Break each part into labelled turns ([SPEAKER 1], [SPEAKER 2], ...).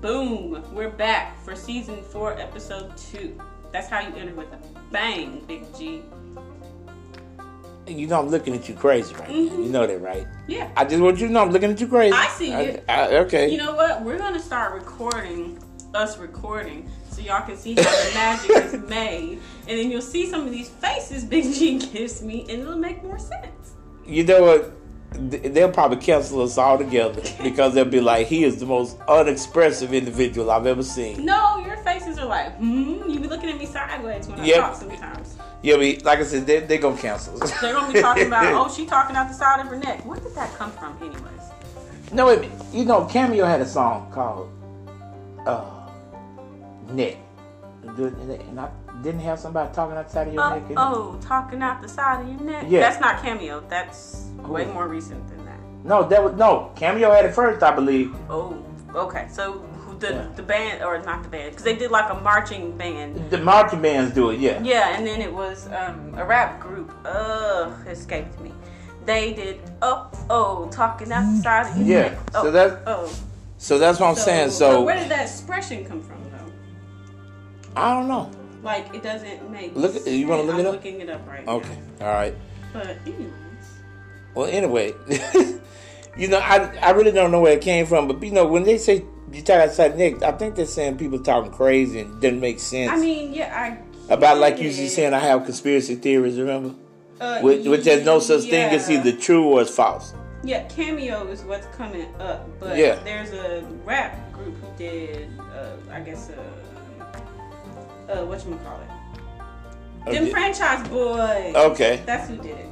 [SPEAKER 1] Boom! We're back for season four, episode two. That's how you enter with a bang, Big G.
[SPEAKER 2] And you know I'm looking at you crazy right now. You know that, right?
[SPEAKER 1] Yeah.
[SPEAKER 2] I just want you to know I'm looking at you crazy.
[SPEAKER 1] Mm-hmm. I see it.
[SPEAKER 2] I- okay.
[SPEAKER 1] You know what? We're gonna start recording us recording so y'all can see how the magic is made, and then you'll see some of these faces Big G gives me, and it'll make more sense.
[SPEAKER 2] You know what? Th- They'll probably cancel us all together because they'll be like, he is the most unexpressive individual I've ever seen.
[SPEAKER 1] No, your faces are like, hmm. You be looking at me sideways when I
[SPEAKER 2] Yep.
[SPEAKER 1] talk sometimes.
[SPEAKER 2] Yeah, but like I said, they're they going to cancel us.
[SPEAKER 1] They're gonna be talking about, oh, she talking out the side of her neck. Where did that come from, anyways? oh.
[SPEAKER 2] No, wait a minute. You know, Cameo had a song called uh, Neck. And I didn't have somebody talking outside of your
[SPEAKER 1] Uh,
[SPEAKER 2] neck. in it?
[SPEAKER 1] oh, talking out the side of your neck.
[SPEAKER 2] Yeah.
[SPEAKER 1] That's not cameo. That's way
[SPEAKER 2] Who?
[SPEAKER 1] more recent than that.
[SPEAKER 2] No, that was no Cameo had it first, I believe.
[SPEAKER 1] Oh, okay. So who- the
[SPEAKER 2] Yeah.
[SPEAKER 1] the band or not the band because they did like a marching band.
[SPEAKER 2] The marching bands do it, yeah.
[SPEAKER 1] Yeah, and then it was um, a rap group. Ugh, escaped me. They did up oh talking out the side of your
[SPEAKER 2] Yeah,
[SPEAKER 1] neck.
[SPEAKER 2] so
[SPEAKER 1] Oh,
[SPEAKER 2] that-
[SPEAKER 1] oh.
[SPEAKER 2] So that's what I'm saying. So
[SPEAKER 1] where did that expression come from though?
[SPEAKER 2] I don't know.
[SPEAKER 1] Like it doesn't make.
[SPEAKER 2] Look at- you wanna
[SPEAKER 1] sense.
[SPEAKER 2] look
[SPEAKER 1] I'm
[SPEAKER 2] it up?
[SPEAKER 1] Looking it up right now.
[SPEAKER 2] Okay, all right.
[SPEAKER 1] But anyways,
[SPEAKER 2] Well, anyway, you know, I I really don't know where it came from, but you know, when they say you talk outside neck, I think they're saying people talking crazy and it doesn't make sense.
[SPEAKER 1] I mean, yeah, I
[SPEAKER 2] about like you
[SPEAKER 1] get it.
[SPEAKER 2] saying, I have conspiracy theories. Remember,
[SPEAKER 1] Uh,
[SPEAKER 2] which, which there's no such thing as
[SPEAKER 1] yeah.
[SPEAKER 2] either true or it's false.
[SPEAKER 1] Yeah, Cameo is what's coming up, but
[SPEAKER 2] Yeah.
[SPEAKER 1] there's a rap group who did, uh, I guess, uh, uh, what you call it? Them
[SPEAKER 2] Okay.
[SPEAKER 1] franchise boys.
[SPEAKER 2] Okay,
[SPEAKER 1] That's who did it.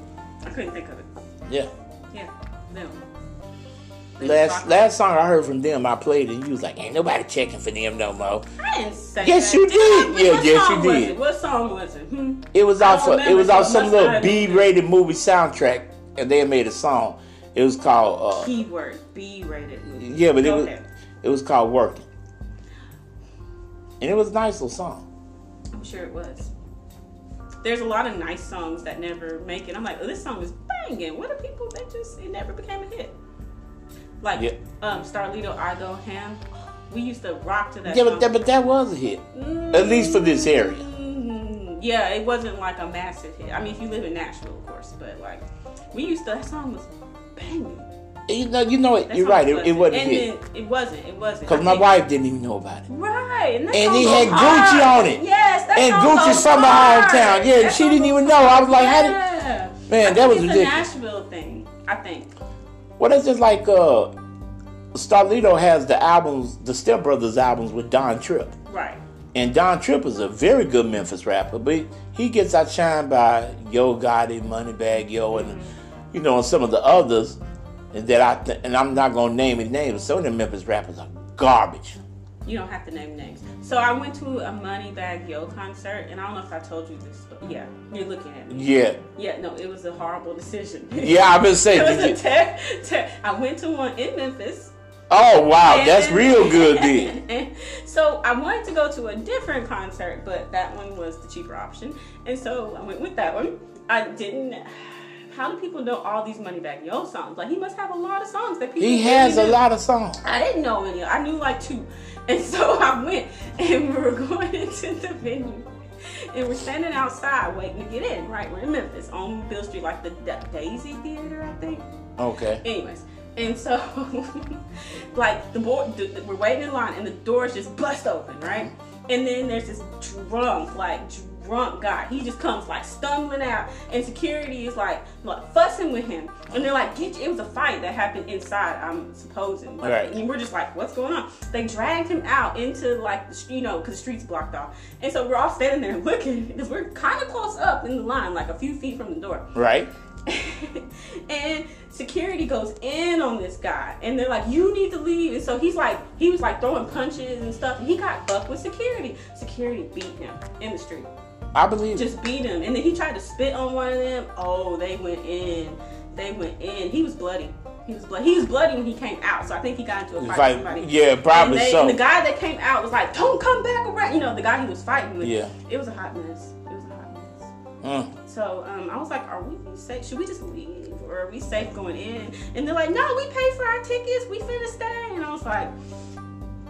[SPEAKER 1] I couldn't think of it.
[SPEAKER 2] yeah.
[SPEAKER 1] Yeah, them. They
[SPEAKER 2] Last
[SPEAKER 1] rock-
[SPEAKER 2] last song I heard from them, I played, and you was like, "Ain't nobody checking for them no more."
[SPEAKER 1] I didn't say
[SPEAKER 2] Yes,
[SPEAKER 1] that.
[SPEAKER 2] you
[SPEAKER 1] I?
[SPEAKER 2] did. Yeah,
[SPEAKER 1] what
[SPEAKER 2] yes, you
[SPEAKER 1] song was
[SPEAKER 2] did.
[SPEAKER 1] It? What song was it? Hmm?
[SPEAKER 2] It was
[SPEAKER 1] I don't
[SPEAKER 2] off. a- It
[SPEAKER 1] remember,
[SPEAKER 2] was
[SPEAKER 1] so
[SPEAKER 2] off
[SPEAKER 1] it
[SPEAKER 2] some
[SPEAKER 1] must not
[SPEAKER 2] little
[SPEAKER 1] have been good.
[SPEAKER 2] B-rated movie soundtrack, and they made a song. It was called. Uh,
[SPEAKER 1] Keyword B rated movie.
[SPEAKER 2] yeah, but it was
[SPEAKER 1] Okay.
[SPEAKER 2] it was called Working, and it was a nice little song.
[SPEAKER 1] I'm sure it was. There's a lot of nice songs that never make it. I'm like, oh, this song is banging. What are people that just it never became a hit? Like
[SPEAKER 2] Yeah.
[SPEAKER 1] um Starlito, I Go Ham. We used to rock to that.
[SPEAKER 2] Yeah,
[SPEAKER 1] song.
[SPEAKER 2] but that, but that was a hit, at least for this area.
[SPEAKER 1] Mhm. Yeah, it wasn't like a massive hit. I mean, if you live in Nashville, of course, but like we used to that song was banging.
[SPEAKER 2] You know, you know it.
[SPEAKER 1] That
[SPEAKER 2] You're
[SPEAKER 1] song
[SPEAKER 2] right. It, it wasn't a
[SPEAKER 1] and
[SPEAKER 2] hit
[SPEAKER 1] Then, it wasn't. It wasn't. I
[SPEAKER 2] because my
[SPEAKER 1] think-
[SPEAKER 2] wife didn't even know about it.
[SPEAKER 1] Right, and, that
[SPEAKER 2] And
[SPEAKER 1] song
[SPEAKER 2] it
[SPEAKER 1] goes
[SPEAKER 2] had Gucci
[SPEAKER 1] hard.
[SPEAKER 2] on it.
[SPEAKER 1] Yes, that
[SPEAKER 2] And
[SPEAKER 1] song
[SPEAKER 2] Gucci's
[SPEAKER 1] goes
[SPEAKER 2] from my
[SPEAKER 1] hard.
[SPEAKER 2] hometown. Yeah,
[SPEAKER 1] That
[SPEAKER 2] she
[SPEAKER 1] song
[SPEAKER 2] didn't
[SPEAKER 1] goes
[SPEAKER 2] even know. I was like, how did-
[SPEAKER 1] yeah.
[SPEAKER 2] Man,
[SPEAKER 1] I
[SPEAKER 2] that
[SPEAKER 1] think
[SPEAKER 2] was
[SPEAKER 1] it's
[SPEAKER 2] ridiculous.
[SPEAKER 1] a Nashville thing, I think.
[SPEAKER 2] Well, that's just like uh, Starlito has the albums, the Step Brothers albums with Don Tripp.
[SPEAKER 1] Right.
[SPEAKER 2] And Don Tripp is a very good Memphis rapper, but he gets outshined by Yo Gotti, Moneybag Yo, and you know, and some of the others. And that I th- and I'm not gonna name his name. Some of the Memphis rappers are garbage.
[SPEAKER 1] You don't have to name names. So I went to a Money Bag Yo concert, and I don't know if I told you this, but yeah, you're looking at me.
[SPEAKER 2] Yeah,
[SPEAKER 1] Yeah, no, it was a horrible decision.
[SPEAKER 2] yeah. I've been
[SPEAKER 1] it
[SPEAKER 2] saying.
[SPEAKER 1] was a
[SPEAKER 2] did you-
[SPEAKER 1] ter- ter- I went to one in Memphis.
[SPEAKER 2] oh wow,
[SPEAKER 1] And-
[SPEAKER 2] that's real good, then.
[SPEAKER 1] so I wanted to go to a different concert, but that one was the cheaper option, and so I went with that one. I didn't. How do people know all these Money Bag Yo songs? Like he must have a lot of songs that people.
[SPEAKER 2] He has a
[SPEAKER 1] really know.
[SPEAKER 2] lot of songs.
[SPEAKER 1] I didn't know any. I knew like two, and so I went, and we were going into the venue, and we're standing outside waiting to get in. Right, we're in Memphis on Bill Street, like the Da- Daisy Theater, I think.
[SPEAKER 2] Okay.
[SPEAKER 1] Anyways, and so like the board, the, the- we're waiting in line, and the doors just bust open, right? And then there's this drunk, like drunk guy. He just comes like stumbling out, and security is like, like fussing with him, and they're like, "Get!" You. It was a fight that happened inside. I'm supposing, like,
[SPEAKER 2] Right.
[SPEAKER 1] and we're just like, "What's going on?" They dragged him out into like, the, sh- you know, because the street's blocked off, and so we're all standing there looking because we're kind of close up in the line, like a few feet from the door
[SPEAKER 2] Right.
[SPEAKER 1] and security goes in on this guy and they're like you need to leave and so he's like he was like throwing punches and stuff and he got bucked with security security beat him in the street
[SPEAKER 2] I believe.
[SPEAKER 1] just beat him and then he tried to spit on one of them oh they went in they went in he was bloody he was bloody he was bloody when he came out so i think he got into a fight
[SPEAKER 2] Fight-
[SPEAKER 1] with somebody
[SPEAKER 2] yeah, probably
[SPEAKER 1] and, they-
[SPEAKER 2] so.
[SPEAKER 1] and the guy that came out was like don't come back around you know the guy he was fighting with
[SPEAKER 2] Yeah.
[SPEAKER 1] it was a hot mess it was a hot mess
[SPEAKER 2] Mm.
[SPEAKER 1] so um, I was like, "Are we safe? Should we just leave, or are we safe going in?" And they're like, "No, we paid for our tickets. We finna stay." And I was like,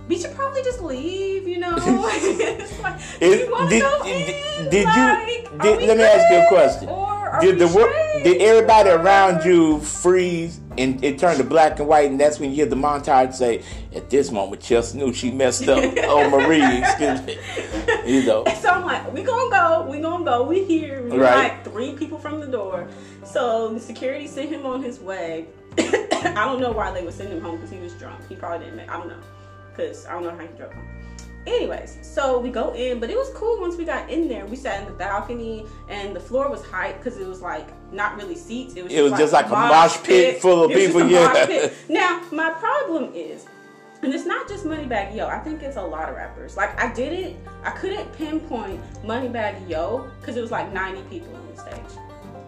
[SPEAKER 1] we should probably just leave, you know? it's like,
[SPEAKER 2] Is-
[SPEAKER 1] do you want to
[SPEAKER 2] did-
[SPEAKER 1] go
[SPEAKER 2] did-
[SPEAKER 1] in?
[SPEAKER 2] did you-
[SPEAKER 1] Like, are
[SPEAKER 2] did-
[SPEAKER 1] we
[SPEAKER 2] let me ask you a
[SPEAKER 1] good?
[SPEAKER 2] question.
[SPEAKER 1] Or are
[SPEAKER 2] Did
[SPEAKER 1] we
[SPEAKER 2] the wor-
[SPEAKER 1] straight?
[SPEAKER 2] did everybody around you freeze and it turned to black and white, and that's when you hear the montage say, "At this moment, Chelsea knew she messed up." oh, Marie, excuse me. You know,
[SPEAKER 1] And so I'm like, we gonna go, we gonna go, we here. We
[SPEAKER 2] Right.
[SPEAKER 1] like three people from the door. So the security sent him on his way. I don't know why they would send him home because he was drunk. He probably didn't make. I don't know because I don't know how he drove home. Anyways, so we go in, but it was cool once we got in there. We sat in the balcony, and the floor was hype because it was like not really seats. It was,
[SPEAKER 2] It was just like a mosh pit full of
[SPEAKER 1] It was just
[SPEAKER 2] people,
[SPEAKER 1] a mosh
[SPEAKER 2] yeah.
[SPEAKER 1] pit. Now my problem is and it's not just Moneybag Yo. I think it's a lot of rappers. Like I didn't, I couldn't pinpoint Moneybag Yo because it was like 90 people on the stage.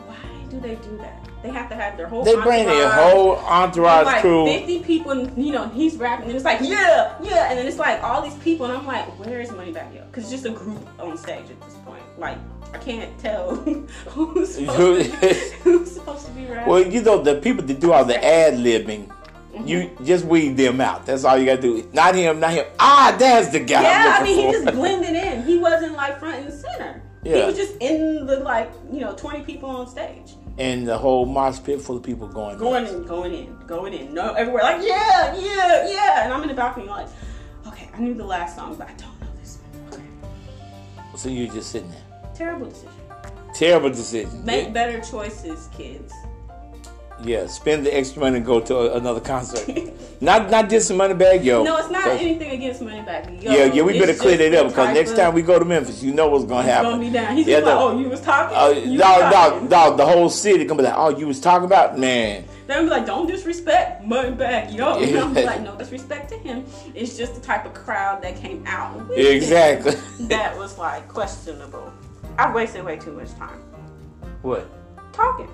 [SPEAKER 1] Why do they do that? They have to have their whole.
[SPEAKER 2] they bring their
[SPEAKER 1] entourage,
[SPEAKER 2] whole entourage
[SPEAKER 1] like
[SPEAKER 2] crew.
[SPEAKER 1] 50 people, and you know, he's rapping, and it's like yeah, yeah, and then it's like all these people, and I'm like, where is Moneybag Yo? Because it's just a group on stage at this point. Like I can't tell who's supposed,
[SPEAKER 2] Who
[SPEAKER 1] to, be,
[SPEAKER 2] is-
[SPEAKER 1] who's supposed to be rapping.
[SPEAKER 2] Well, you know the people that do all the ad libbing,
[SPEAKER 1] Mm-hmm.
[SPEAKER 2] you just weed them out. That's all you gotta do. Not him, not him. Ah, that's the guy. I'm
[SPEAKER 1] Yeah, I
[SPEAKER 2] looking
[SPEAKER 1] mean, he
[SPEAKER 2] for.
[SPEAKER 1] just blended in. He wasn't like front and center. He
[SPEAKER 2] Yeah.
[SPEAKER 1] was just in the like you know twenty people on stage,
[SPEAKER 2] and the whole mosh pit full of people going.
[SPEAKER 1] going in, going in, going in, no everywhere like yeah, yeah, yeah. And I'm in the balcony like, okay, I knew the last song, but I don't know this one. Okay,
[SPEAKER 2] So you just sitting there.
[SPEAKER 1] terrible decision.
[SPEAKER 2] Terrible decision.
[SPEAKER 1] Make better choices, kids.
[SPEAKER 2] Yeah, spend the extra money and go to a, another concert. not not just the money bag, yo.
[SPEAKER 1] No, it's not
[SPEAKER 2] 'Cause-
[SPEAKER 1] anything against Moneybag. Yo,
[SPEAKER 2] Oh, yeah, yeah, we
[SPEAKER 1] it's
[SPEAKER 2] better clear
[SPEAKER 1] just
[SPEAKER 2] that up
[SPEAKER 1] the
[SPEAKER 2] because
[SPEAKER 1] type
[SPEAKER 2] next
[SPEAKER 1] of-
[SPEAKER 2] time we go to Memphis, you know what's gonna
[SPEAKER 1] it's
[SPEAKER 2] happen.
[SPEAKER 1] gonna be down. He's
[SPEAKER 2] Yeah,
[SPEAKER 1] just like,
[SPEAKER 2] the-
[SPEAKER 1] oh, you was talking.
[SPEAKER 2] uh,
[SPEAKER 1] you was
[SPEAKER 2] dog,
[SPEAKER 1] talking.
[SPEAKER 2] dog, dog, the whole city gonna be like, oh, you was talking about man.
[SPEAKER 1] They'll be like, don't disrespect Moneybag Yo. And I'm
[SPEAKER 2] Yeah.
[SPEAKER 1] like, no disrespect to him. It's just the type of crowd that came out with him
[SPEAKER 2] Exactly.
[SPEAKER 1] that was like questionable. I wasted way too much time
[SPEAKER 2] what?
[SPEAKER 1] talking.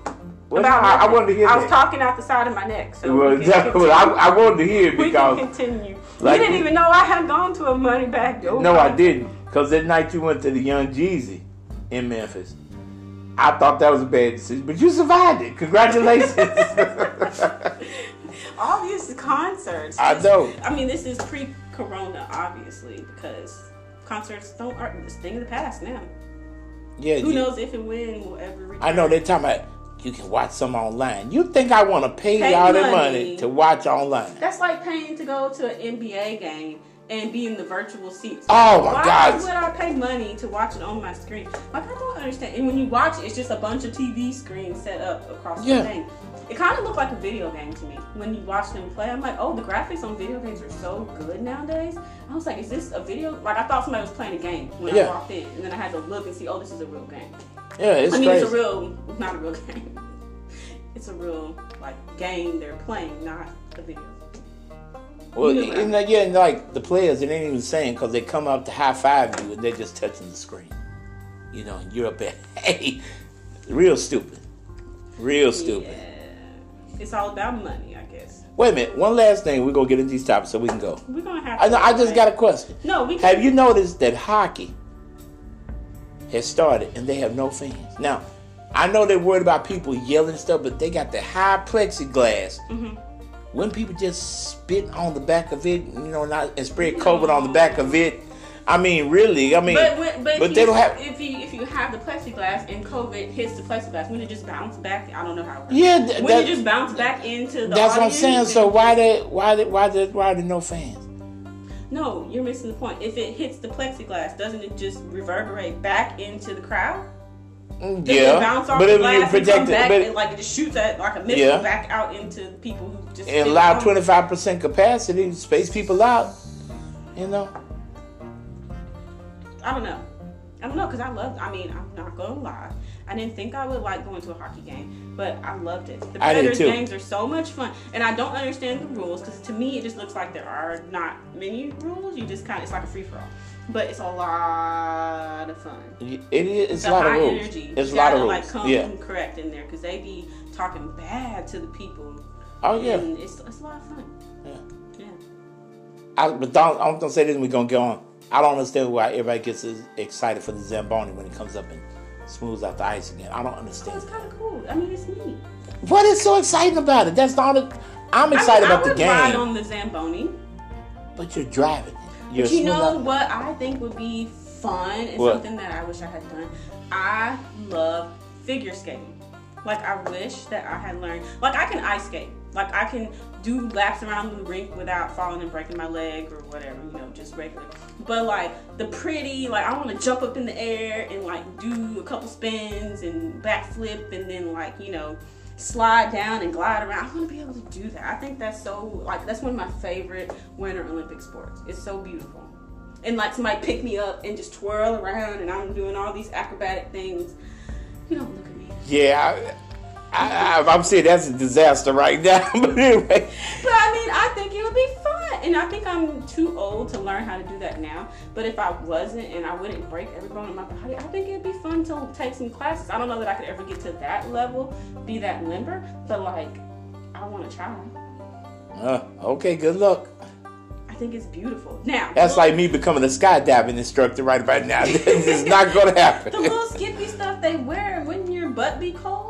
[SPEAKER 2] Well,
[SPEAKER 1] about
[SPEAKER 2] I- I
[SPEAKER 1] nothing.
[SPEAKER 2] wanted to hear
[SPEAKER 1] I was
[SPEAKER 2] that.
[SPEAKER 1] talking out the side of my neck. So
[SPEAKER 2] Well,
[SPEAKER 1] we can
[SPEAKER 2] exactly. what I,
[SPEAKER 1] continue.
[SPEAKER 2] I wanted to hear it
[SPEAKER 1] we can
[SPEAKER 2] because
[SPEAKER 1] continue.
[SPEAKER 2] like-
[SPEAKER 1] you didn't even know I had gone to a Moneybag Yo.
[SPEAKER 2] no, I
[SPEAKER 1] concert.
[SPEAKER 2] didn't. Because that night you went to the Young Jeezy in Memphis. I thought that was a bad decision, but you survived it. Congratulations.
[SPEAKER 1] All these concerts.
[SPEAKER 2] I
[SPEAKER 1] this-
[SPEAKER 2] know.
[SPEAKER 1] I mean, this is pre-corona, obviously, because concerts don't are this thing of the past now.
[SPEAKER 2] yeah,
[SPEAKER 1] Who
[SPEAKER 2] you-
[SPEAKER 1] knows if and when we'll ever return.
[SPEAKER 2] I know they're talking about you can watch some online. You think I want to pay,
[SPEAKER 1] Pay
[SPEAKER 2] all that
[SPEAKER 1] money.
[SPEAKER 2] money to watch online?
[SPEAKER 1] That's like paying to go to an NBA game and be in the virtual seats.
[SPEAKER 2] Oh my
[SPEAKER 1] Why
[SPEAKER 2] God.
[SPEAKER 1] would I pay money to watch it on my screen? Like I don't understand. And when you watch it, it's just a bunch of TV screens set up across
[SPEAKER 2] Yeah.
[SPEAKER 1] the thing. It kind of looked like a video game to me when you watch them play. I'm like, oh, the graphics on video games are so good nowadays. I was like, is this a video? Like I thought somebody was playing a game when
[SPEAKER 2] Yeah.
[SPEAKER 1] I walked in, and then I had to look and see, oh, this is a real game.
[SPEAKER 2] Yeah, it's
[SPEAKER 1] I mean,
[SPEAKER 2] crazy.
[SPEAKER 1] it's a real, not a real game. It's a real like game they're playing, not a video.
[SPEAKER 2] well,
[SPEAKER 1] you know
[SPEAKER 2] and, like, yeah, and like the players, it ain't even saying because they come up to high five you and they're just touching the screen. You know, and you're up there. Hey, real stupid, real stupid.
[SPEAKER 1] Yeah. It's all about money, I guess.
[SPEAKER 2] Wait a minute. One last thing. We're gonna get into these topics so we can go.
[SPEAKER 1] We're gonna have.
[SPEAKER 2] I know. I just got a question.
[SPEAKER 1] No, we can.
[SPEAKER 2] Have you noticed that hockey has started and they have no fans? Now, I know they're worried about people yelling and stuff, but they got the high plexiglass.
[SPEAKER 1] Mm-hmm.
[SPEAKER 2] When people just spit on the back of it, you know, not, and spread COVID on the back of it. I mean, really, I mean,
[SPEAKER 1] But when, but,
[SPEAKER 2] but
[SPEAKER 1] if
[SPEAKER 2] they
[SPEAKER 1] you-
[SPEAKER 2] don't have-
[SPEAKER 1] If you if you have the plexiglass and COVID hits the plexiglass, when it just bounce back, I don't know how. It works.
[SPEAKER 2] yeah, th-
[SPEAKER 1] When
[SPEAKER 2] that-
[SPEAKER 1] it just bounce back into the.
[SPEAKER 2] that's what I'm
[SPEAKER 1] audience
[SPEAKER 2] saying. So
[SPEAKER 1] and-
[SPEAKER 2] why they, why they, why they, why are there no fans?
[SPEAKER 1] No, you're missing the point. If it hits the plexiglass, doesn't it just reverberate back into the crowd?
[SPEAKER 2] Mm,
[SPEAKER 1] Doesn't it bounce off
[SPEAKER 2] but
[SPEAKER 1] the
[SPEAKER 2] if
[SPEAKER 1] glass
[SPEAKER 2] you
[SPEAKER 1] and come
[SPEAKER 2] protect
[SPEAKER 1] back
[SPEAKER 2] it,
[SPEAKER 1] and, like it just shoots at like a missile
[SPEAKER 2] Yeah.
[SPEAKER 1] back out into people who just
[SPEAKER 2] but and
[SPEAKER 1] spit
[SPEAKER 2] allow
[SPEAKER 1] on-
[SPEAKER 2] 25 percent capacity, space people out. You know.
[SPEAKER 1] I don't know. I don't know because I loved. I mean, I'm not gonna lie. I didn't think I would like going to a hockey game, but I loved it. The
[SPEAKER 2] I did
[SPEAKER 1] Predators
[SPEAKER 2] too.
[SPEAKER 1] games are so much fun, and I don't understand the rules because to me it just looks like there are not many rules. You just kind of it's like a free for all, but it's a lot of fun.
[SPEAKER 2] It is it's
[SPEAKER 1] It's
[SPEAKER 2] a lot of
[SPEAKER 1] high
[SPEAKER 2] rules.
[SPEAKER 1] energy.
[SPEAKER 2] It's a
[SPEAKER 1] You
[SPEAKER 2] lot
[SPEAKER 1] gotta,
[SPEAKER 2] of rules.
[SPEAKER 1] Like come
[SPEAKER 2] yeah.
[SPEAKER 1] correct in there because they be talking bad to the people.
[SPEAKER 2] Oh yeah.
[SPEAKER 1] And it's it's a lot of fun. Yeah.
[SPEAKER 2] yeah. I, but don't, I'm gonna say this, and we're gonna go on. I don't understand why everybody gets as excited for the Zamboni when it comes up and smooths out the ice again. I don't
[SPEAKER 1] So
[SPEAKER 2] understand.
[SPEAKER 1] it's kind of cool. I mean, it's neat.
[SPEAKER 2] What is so exciting about it? That's not. A, I'm
[SPEAKER 1] I mean,
[SPEAKER 2] excited
[SPEAKER 1] I
[SPEAKER 2] about the
[SPEAKER 1] would ride
[SPEAKER 2] game.
[SPEAKER 1] on the Zamboni.
[SPEAKER 2] but you're driving. it. You're
[SPEAKER 1] But you
[SPEAKER 2] smooth
[SPEAKER 1] know
[SPEAKER 2] out-
[SPEAKER 1] what I think would be fun and
[SPEAKER 2] What?
[SPEAKER 1] something that I wish I had done. I love figure skating. Like I wish that I had learned. Like I can ice skate. Like I can do laps around the rink without falling and breaking my leg or whatever, you know, just regular. But like the pretty, like I want to jump up in the air and like do a couple spins and backflip and then like you know slide down and glide around. I want to be able to do that. I think that's so like that's one of my favorite winter Olympic sports. It's so beautiful. And like somebody pick me up and just twirl around and I'm doing all these acrobatic things. You don't look at me.
[SPEAKER 2] Yeah, I, I, I, I'm saying that's a disaster right now. but anyway,
[SPEAKER 1] But I mean, I think it would be fun. And I think I'm too old to learn how to do that now. But if I wasn't and I wouldn't break every bone in my body, I think it'd be fun to take some classes. I don't know that I could ever get to that level, be that limber, but like I want to try.
[SPEAKER 2] uh, okay, good luck.
[SPEAKER 1] I think it's beautiful. Now,
[SPEAKER 2] That's like me becoming a skydiving instructor right about now. it's not going to happen.
[SPEAKER 1] the little skippy stuff they wear, wouldn't your butt be cold?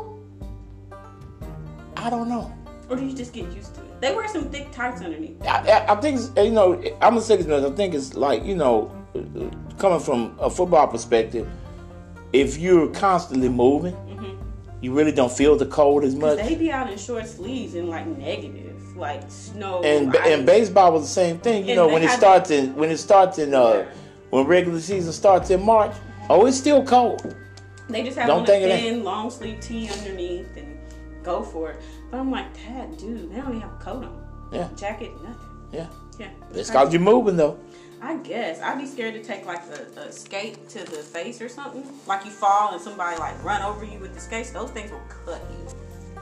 [SPEAKER 2] I don't know.
[SPEAKER 1] Or do you just get used to it? They wear some thick tights underneath.
[SPEAKER 2] I, I, I think it's, you know. I'm gonna say this. but I think it's like you know, uh, coming from a football perspective, if you're constantly moving, you really don't feel the cold as much.
[SPEAKER 1] Mm-hmm. They be out in short sleeves and like negative, like snow.
[SPEAKER 2] and
[SPEAKER 1] ice.
[SPEAKER 2] and baseball was the same thing. You
[SPEAKER 1] And
[SPEAKER 2] know,
[SPEAKER 1] they
[SPEAKER 2] when it
[SPEAKER 1] had-
[SPEAKER 2] starts in when it starts in
[SPEAKER 1] Yeah.
[SPEAKER 2] uh when regular season starts in March, oh, it's still cold.
[SPEAKER 1] They just have
[SPEAKER 2] Don't
[SPEAKER 1] on a
[SPEAKER 2] think it ain't-
[SPEAKER 1] thin, long sleeve tee underneath and go for it. But I'm like, Dad, dude, they don't even have a coat on.
[SPEAKER 2] Yeah.
[SPEAKER 1] Jacket, nothing.
[SPEAKER 2] Yeah,
[SPEAKER 1] Yeah.
[SPEAKER 2] it's cause you're moving though.
[SPEAKER 1] I guess. I'd be scared to take like a, a skate to the face or something. Like you fall and somebody like run over you with the skates. Those things will cut you.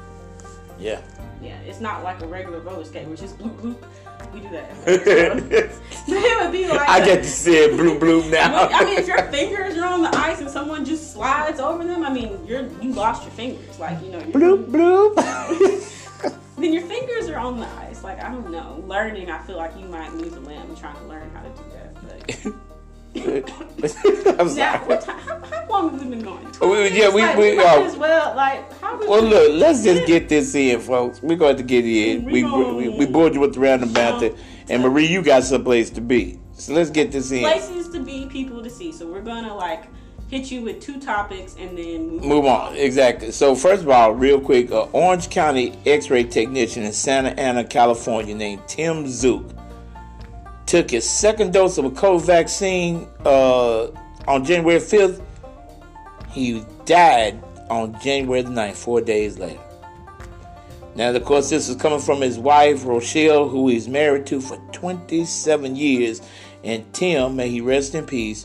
[SPEAKER 2] Yeah.
[SPEAKER 1] Yeah, it's not like a regular roller skate, which is bloop bloop. We do that. So it would be like
[SPEAKER 2] I
[SPEAKER 1] a-
[SPEAKER 2] get to see it bloop bloop now.
[SPEAKER 1] I mean, if your fingers are on the ice and someone just slides over them, I mean, you're you lost your fingers. Like you know, you're,
[SPEAKER 2] bloop bloop.
[SPEAKER 1] Then your fingers are on the ice. Like I don't know, learning. I feel like you might lose a limb trying to learn how to do that. But
[SPEAKER 2] I'm
[SPEAKER 1] now,
[SPEAKER 2] sorry.
[SPEAKER 1] what time, how, how long have we been going?
[SPEAKER 2] We- yeah, we-
[SPEAKER 1] Like,
[SPEAKER 2] we-
[SPEAKER 1] might
[SPEAKER 2] uh,
[SPEAKER 1] as well. Like how we
[SPEAKER 2] Well, look, let's just get this in, folks. We're going to get it in.
[SPEAKER 1] We
[SPEAKER 2] We, we,
[SPEAKER 1] gon-
[SPEAKER 2] we bored you with the round about it. And Marie, you got someplace to be. So let's get this in.
[SPEAKER 1] places to be, people to see. So we're gonna like hit you with two topics and then move.
[SPEAKER 2] Move on. Exactly. So, first of all, real quick, a Orange County x ray technician in Santa Ana, California, named Tim Zook, took his second dose of a COVID vaccine uh, on January 5th. He died on January the 9th, four days later. Now, of course, this is coming from his wife, Rochelle, who he's married to for 27 years. And Tim, may he rest in peace,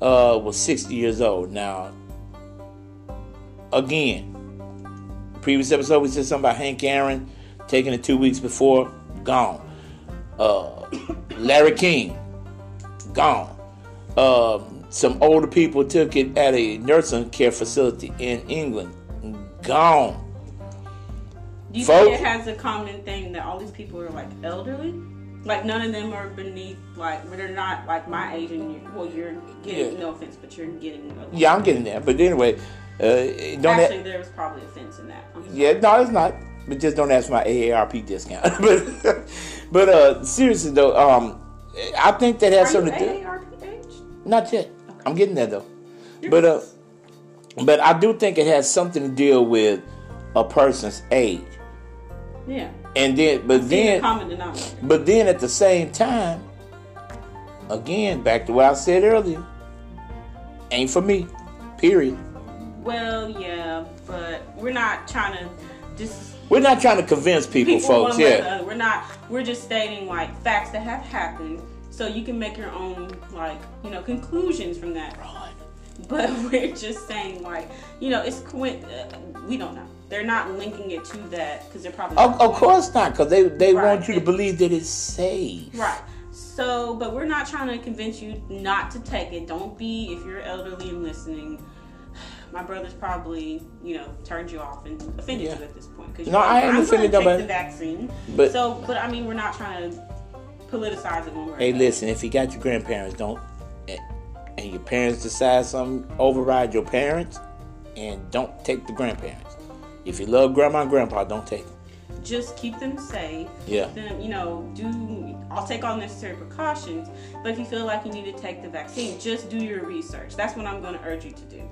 [SPEAKER 2] uh, was 60 years old. Now, again, previous episode, we said something about Hank Aaron taking it two weeks before, gone. Uh, Larry King, gone. Um, some older people took it at a nursing care facility in England, gone.
[SPEAKER 1] Do you think
[SPEAKER 2] Folks-
[SPEAKER 1] it has a common thing that all these people are like elderly? Like none of them are beneath like they're not like my age and you well you're getting
[SPEAKER 2] Yeah.
[SPEAKER 1] no offense but you're getting a
[SPEAKER 2] Yeah, I'm getting there. But anyway, uh, don't.
[SPEAKER 1] Actually, there was probably a fence in that. I'm sorry.
[SPEAKER 2] Yeah, no, it's not. But just don't ask my AARP discount. but, but uh, seriously though, um, I think that has
[SPEAKER 1] Are you
[SPEAKER 2] something to do.
[SPEAKER 1] AARP age?
[SPEAKER 2] Not yet. I'm getting there though. But uh, but I do think it has something to deal with a person's age,
[SPEAKER 1] Yeah.
[SPEAKER 2] and then but
[SPEAKER 1] Being a
[SPEAKER 2] then
[SPEAKER 1] common denominator.
[SPEAKER 2] but then at the same time, again back to what I said earlier, ain't for me. Period.
[SPEAKER 1] Well, yeah, but we're not trying to just
[SPEAKER 2] We're not trying to convince people,
[SPEAKER 1] people
[SPEAKER 2] folks.
[SPEAKER 1] one way or the
[SPEAKER 2] Yeah,
[SPEAKER 1] other. We're not. We're just stating like facts that have happened, so you can make your own like you know conclusions from that. But we're just saying like you know it's coin. Uh, we don't know. They're not linking it to that because they're probably
[SPEAKER 2] of, of course not, because they they
[SPEAKER 1] Right.
[SPEAKER 2] want you to believe that it's safe.
[SPEAKER 1] Right. So, but we're not trying to convince you not to take it. Don't be, if you're elderly and listening, my brother's probably, you know, turned you off and offended
[SPEAKER 2] Yeah.
[SPEAKER 1] you at this point. Cause
[SPEAKER 2] No,
[SPEAKER 1] you're
[SPEAKER 2] I ain't
[SPEAKER 1] "I'm
[SPEAKER 2] offended
[SPEAKER 1] gonna take
[SPEAKER 2] nobody.
[SPEAKER 1] the vaccine.
[SPEAKER 2] But-
[SPEAKER 1] so, but I mean, we're not trying to politicize it when we're.
[SPEAKER 2] Hey, listen, if you got your grandparents, don't, eh, and your parents decide something, override your parents, and don't take the grandparents. If you love grandma and grandpa, don't take them.
[SPEAKER 1] just keep them safe.
[SPEAKER 2] Yeah.
[SPEAKER 1] Them, you know, do I'll take all necessary precautions. But if you feel like you need to take the vaccine, just do your research. That's what I'm going to urge you to do.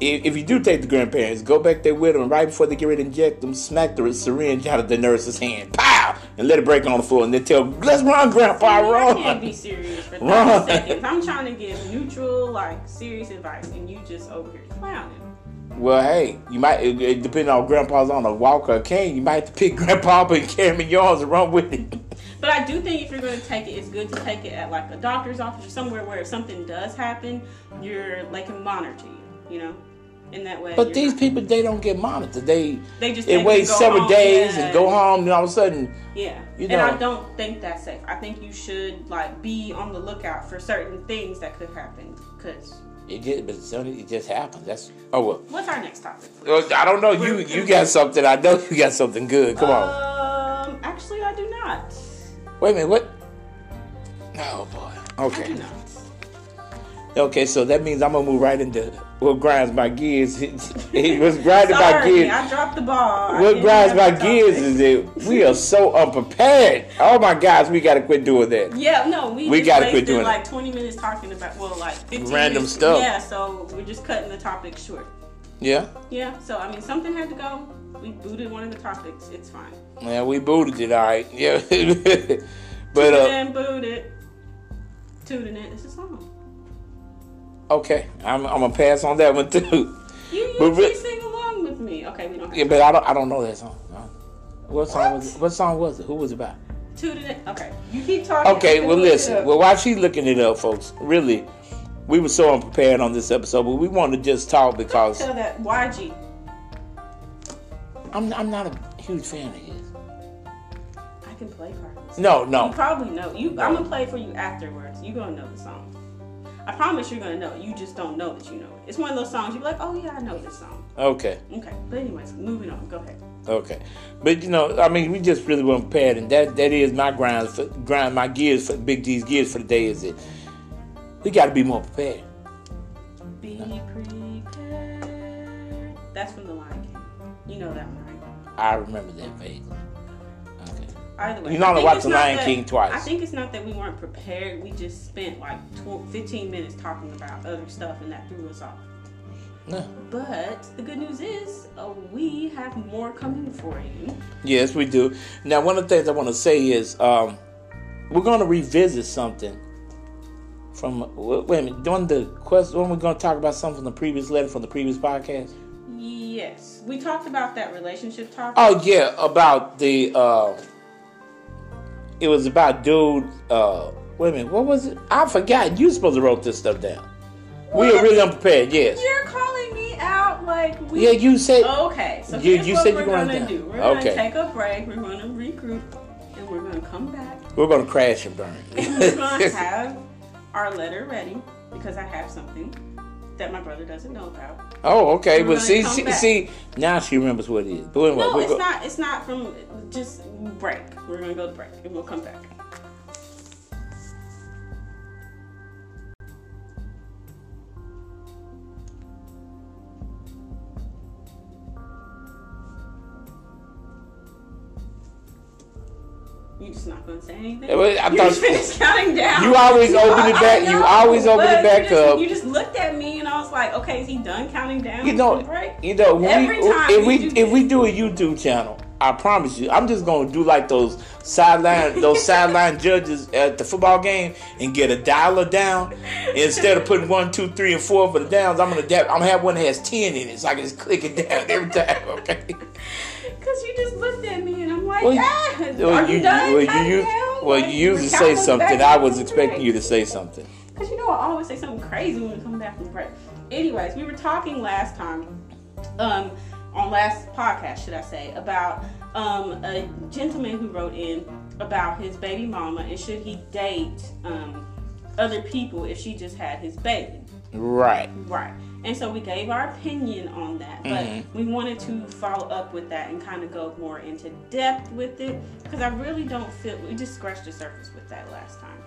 [SPEAKER 2] If, if you do take the grandparents, go back there with them right before they get ready to inject them. Smack the syringe out of the nurse's hand, pow, and let it break on the floor. And then tell, "Let's run, Grandpa,
[SPEAKER 1] I can't
[SPEAKER 2] run."
[SPEAKER 1] be serious for 30
[SPEAKER 2] Wrong.
[SPEAKER 1] seconds. I'm trying to give neutral, like serious advice, and you just over here clowning.
[SPEAKER 2] Well, hey, you might it, it, depending on Grandpa's on a walker or a cane, you might have to pick Grandpa up and carry him in your arms and run with him.
[SPEAKER 1] But I do think if you're going to take it, it's good to take it at like a doctor's office or somewhere where if something does happen, you're they can monitor you. You know, in that way.
[SPEAKER 2] But
[SPEAKER 1] you're
[SPEAKER 2] these
[SPEAKER 1] not-
[SPEAKER 2] people, they don't get monitored. They
[SPEAKER 1] they just take
[SPEAKER 2] it waits
[SPEAKER 1] and go
[SPEAKER 2] several
[SPEAKER 1] home.
[SPEAKER 2] days
[SPEAKER 1] Yeah.
[SPEAKER 2] and go home, and all of a sudden,
[SPEAKER 1] Yeah,
[SPEAKER 2] You
[SPEAKER 1] and I
[SPEAKER 2] know.
[SPEAKER 1] don't think that's safe. I think you should like be on the lookout for certain things that could happen. Cause
[SPEAKER 2] it just but suddenly it just happens. That's oh well.
[SPEAKER 1] what's our next topic?
[SPEAKER 2] Uh, I don't know. You you got something. I know you got something good. Come on. Uh,
[SPEAKER 1] Um, actually, I do not.
[SPEAKER 2] Wait a minute. What? Oh boy.
[SPEAKER 1] I do
[SPEAKER 2] Okay.
[SPEAKER 1] not.
[SPEAKER 2] Okay. So that means I'm gonna move right into what grinds my gears. it was grinding my
[SPEAKER 1] Sorry,
[SPEAKER 2] gears.
[SPEAKER 1] I dropped the ball. I
[SPEAKER 2] What
[SPEAKER 1] didn't
[SPEAKER 2] grinds
[SPEAKER 1] have
[SPEAKER 2] my
[SPEAKER 1] a
[SPEAKER 2] gears
[SPEAKER 1] topic.
[SPEAKER 2] is that we are so unprepared. Oh my gosh, we gotta quit doing that.
[SPEAKER 1] Yeah, no, we,
[SPEAKER 2] We
[SPEAKER 1] just
[SPEAKER 2] gotta quit
[SPEAKER 1] wasted
[SPEAKER 2] doing it.
[SPEAKER 1] like 20 minutes talking about well, like 15
[SPEAKER 2] Random
[SPEAKER 1] minutes.
[SPEAKER 2] stuff.
[SPEAKER 1] Yeah, so we're just cutting the topic short.
[SPEAKER 2] Yeah.
[SPEAKER 1] Yeah, so I mean, something had to go. We booted one of the topics. It's fine.
[SPEAKER 2] Yeah, we booted it. All right. Yeah. but uh,
[SPEAKER 1] and booted. Tooting it. It's a song.
[SPEAKER 2] okay, I'm I'm gonna pass on that one too.
[SPEAKER 1] You, you
[SPEAKER 2] But re-
[SPEAKER 1] keep sing along with me. Okay, we don't. Have
[SPEAKER 2] Yeah, but I don't I don't know that song. No. What song
[SPEAKER 1] What?
[SPEAKER 2] was it? What song was it? Who was it about?
[SPEAKER 1] Tooting it. Okay, you keep talking.
[SPEAKER 2] Okay,
[SPEAKER 1] I'm
[SPEAKER 2] well,
[SPEAKER 1] gonna look it
[SPEAKER 2] listen.
[SPEAKER 1] up.
[SPEAKER 2] Well, while she's looking it up, folks, really, we were so unprepared on this episode, but we want to just talk because
[SPEAKER 1] Tell that YG.
[SPEAKER 2] I'm, I'm not a huge fan of his.
[SPEAKER 1] I can play cards.
[SPEAKER 2] No,
[SPEAKER 1] You
[SPEAKER 2] no.
[SPEAKER 1] probably know. You, I'm gonna play it for you afterwards. You're gonna know the song. I promise you're gonna know. it. You just don't know that you know it. It's one of those songs you're like, oh yeah, I know this song.
[SPEAKER 2] Okay,
[SPEAKER 1] Okay, but anyways, moving on. Go ahead.
[SPEAKER 2] okay. But, you know, I mean, we just really weren't prepared, and that, that is my grind, for, grind my gears, for Big D's gears for the day is that we got to be more prepared.
[SPEAKER 1] Be prepared. That's from The Lion King. You know that one, right?
[SPEAKER 2] I remember that vaguely. Okay.
[SPEAKER 1] Either way,
[SPEAKER 2] You know I
[SPEAKER 1] I think
[SPEAKER 2] watched
[SPEAKER 1] it's
[SPEAKER 2] The
[SPEAKER 1] not
[SPEAKER 2] Lion
[SPEAKER 1] that-
[SPEAKER 2] King twice.
[SPEAKER 1] I think it's not that we weren't prepared. We just spent like tw- 15 minutes talking about other stuff, and that threw us off.
[SPEAKER 2] No.
[SPEAKER 1] But the good news is, uh, we have more coming for you.
[SPEAKER 2] Yes, we do. Now, one of the things I want to say is um, we're going to revisit something from. Wait wait a minute. During the quest, when we're going to talk about something from the previous letter from the previous podcast.
[SPEAKER 1] Yes, we talked about that relationship topic.
[SPEAKER 2] Oh yeah, about the. Uh, it was about dude. Uh, wait a minute. What was it? I forgot. You supposed to wrote this stuff down. We are
[SPEAKER 1] What?
[SPEAKER 2] really unprepared. Yes.
[SPEAKER 1] You're calling me out like we.
[SPEAKER 2] Yeah, you said.
[SPEAKER 1] Okay, so
[SPEAKER 2] You-
[SPEAKER 1] here's
[SPEAKER 2] you
[SPEAKER 1] what
[SPEAKER 2] said
[SPEAKER 1] we're
[SPEAKER 2] you wanted
[SPEAKER 1] gonna
[SPEAKER 2] that.
[SPEAKER 1] do. We're
[SPEAKER 2] Okay.
[SPEAKER 1] gonna take a break. We're gonna regroup, and we're gonna come back.
[SPEAKER 2] We're going to crash and burn.
[SPEAKER 1] And we're gonna have our letter ready because I have something that my brother doesn't know about.
[SPEAKER 2] oh, okay.
[SPEAKER 1] We're
[SPEAKER 2] But
[SPEAKER 1] gonna
[SPEAKER 2] see,
[SPEAKER 1] come
[SPEAKER 2] see,
[SPEAKER 1] back.
[SPEAKER 2] see, now she remembers what it is. But anyway,
[SPEAKER 1] No,
[SPEAKER 2] we're
[SPEAKER 1] it's
[SPEAKER 2] go-
[SPEAKER 1] not. It's not from just break. We're gonna go to break, and we'll come back. You just not gonna say anything.
[SPEAKER 2] Yeah, well, I
[SPEAKER 1] you
[SPEAKER 2] thought-
[SPEAKER 1] just finished counting down.
[SPEAKER 2] You always open it
[SPEAKER 1] I- I
[SPEAKER 2] back- you
[SPEAKER 1] know,
[SPEAKER 2] always open it
[SPEAKER 1] but you
[SPEAKER 2] back
[SPEAKER 1] just-
[SPEAKER 2] up.
[SPEAKER 1] You just looked at me, and I was like, "Okay, is he done counting down?"
[SPEAKER 2] You know,
[SPEAKER 1] from break?
[SPEAKER 2] you know, when
[SPEAKER 1] Every
[SPEAKER 2] we,
[SPEAKER 1] time
[SPEAKER 2] if
[SPEAKER 1] we
[SPEAKER 2] we,
[SPEAKER 1] do
[SPEAKER 2] if we do a YouTube channel, I promise you, I'm just gonna do like those sideline those sideline judges at the football game and get a dialer down. Instead of putting one, two, three, and four for the downs, I'm gonna da- I'm gonna have one that has ten in it, so I can just click it down every time. Okay.
[SPEAKER 1] Because you just looked at me and I'm like,
[SPEAKER 2] Well, you-
[SPEAKER 1] ah,
[SPEAKER 2] Well,
[SPEAKER 1] are you, done?
[SPEAKER 2] well, you, used- well, you usually say something. I was expecting you to say something.
[SPEAKER 1] Because you know, I always say something crazy when we come back from break. Anyways, we were talking last time, um, on last podcast, should I say, about um, a gentleman who wrote in about his baby mama and should he date um, other people if she just had his baby.
[SPEAKER 2] Right.
[SPEAKER 1] Right. And so we gave our opinion on that, but
[SPEAKER 2] Mm-hmm.
[SPEAKER 1] we wanted to follow up with that and kind of go more into depth with it because I really don't feel we just scratched the surface with that last time.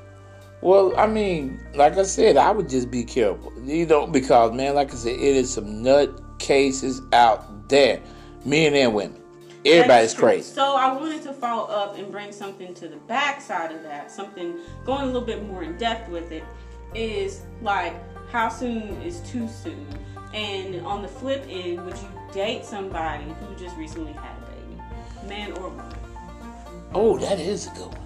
[SPEAKER 2] Well, I mean, like I said, I would just be careful. You know, because man, like I said, it is some nut cases out there, men and women. Everybody's
[SPEAKER 1] That's true.
[SPEAKER 2] crazy.
[SPEAKER 1] So I wanted to follow up and bring something to the backside of that, something going a little bit more in depth with it, is like how soon is too soon? And on the flip end, would you date somebody who just recently had a baby, man or woman?
[SPEAKER 2] Oh, that is a good one.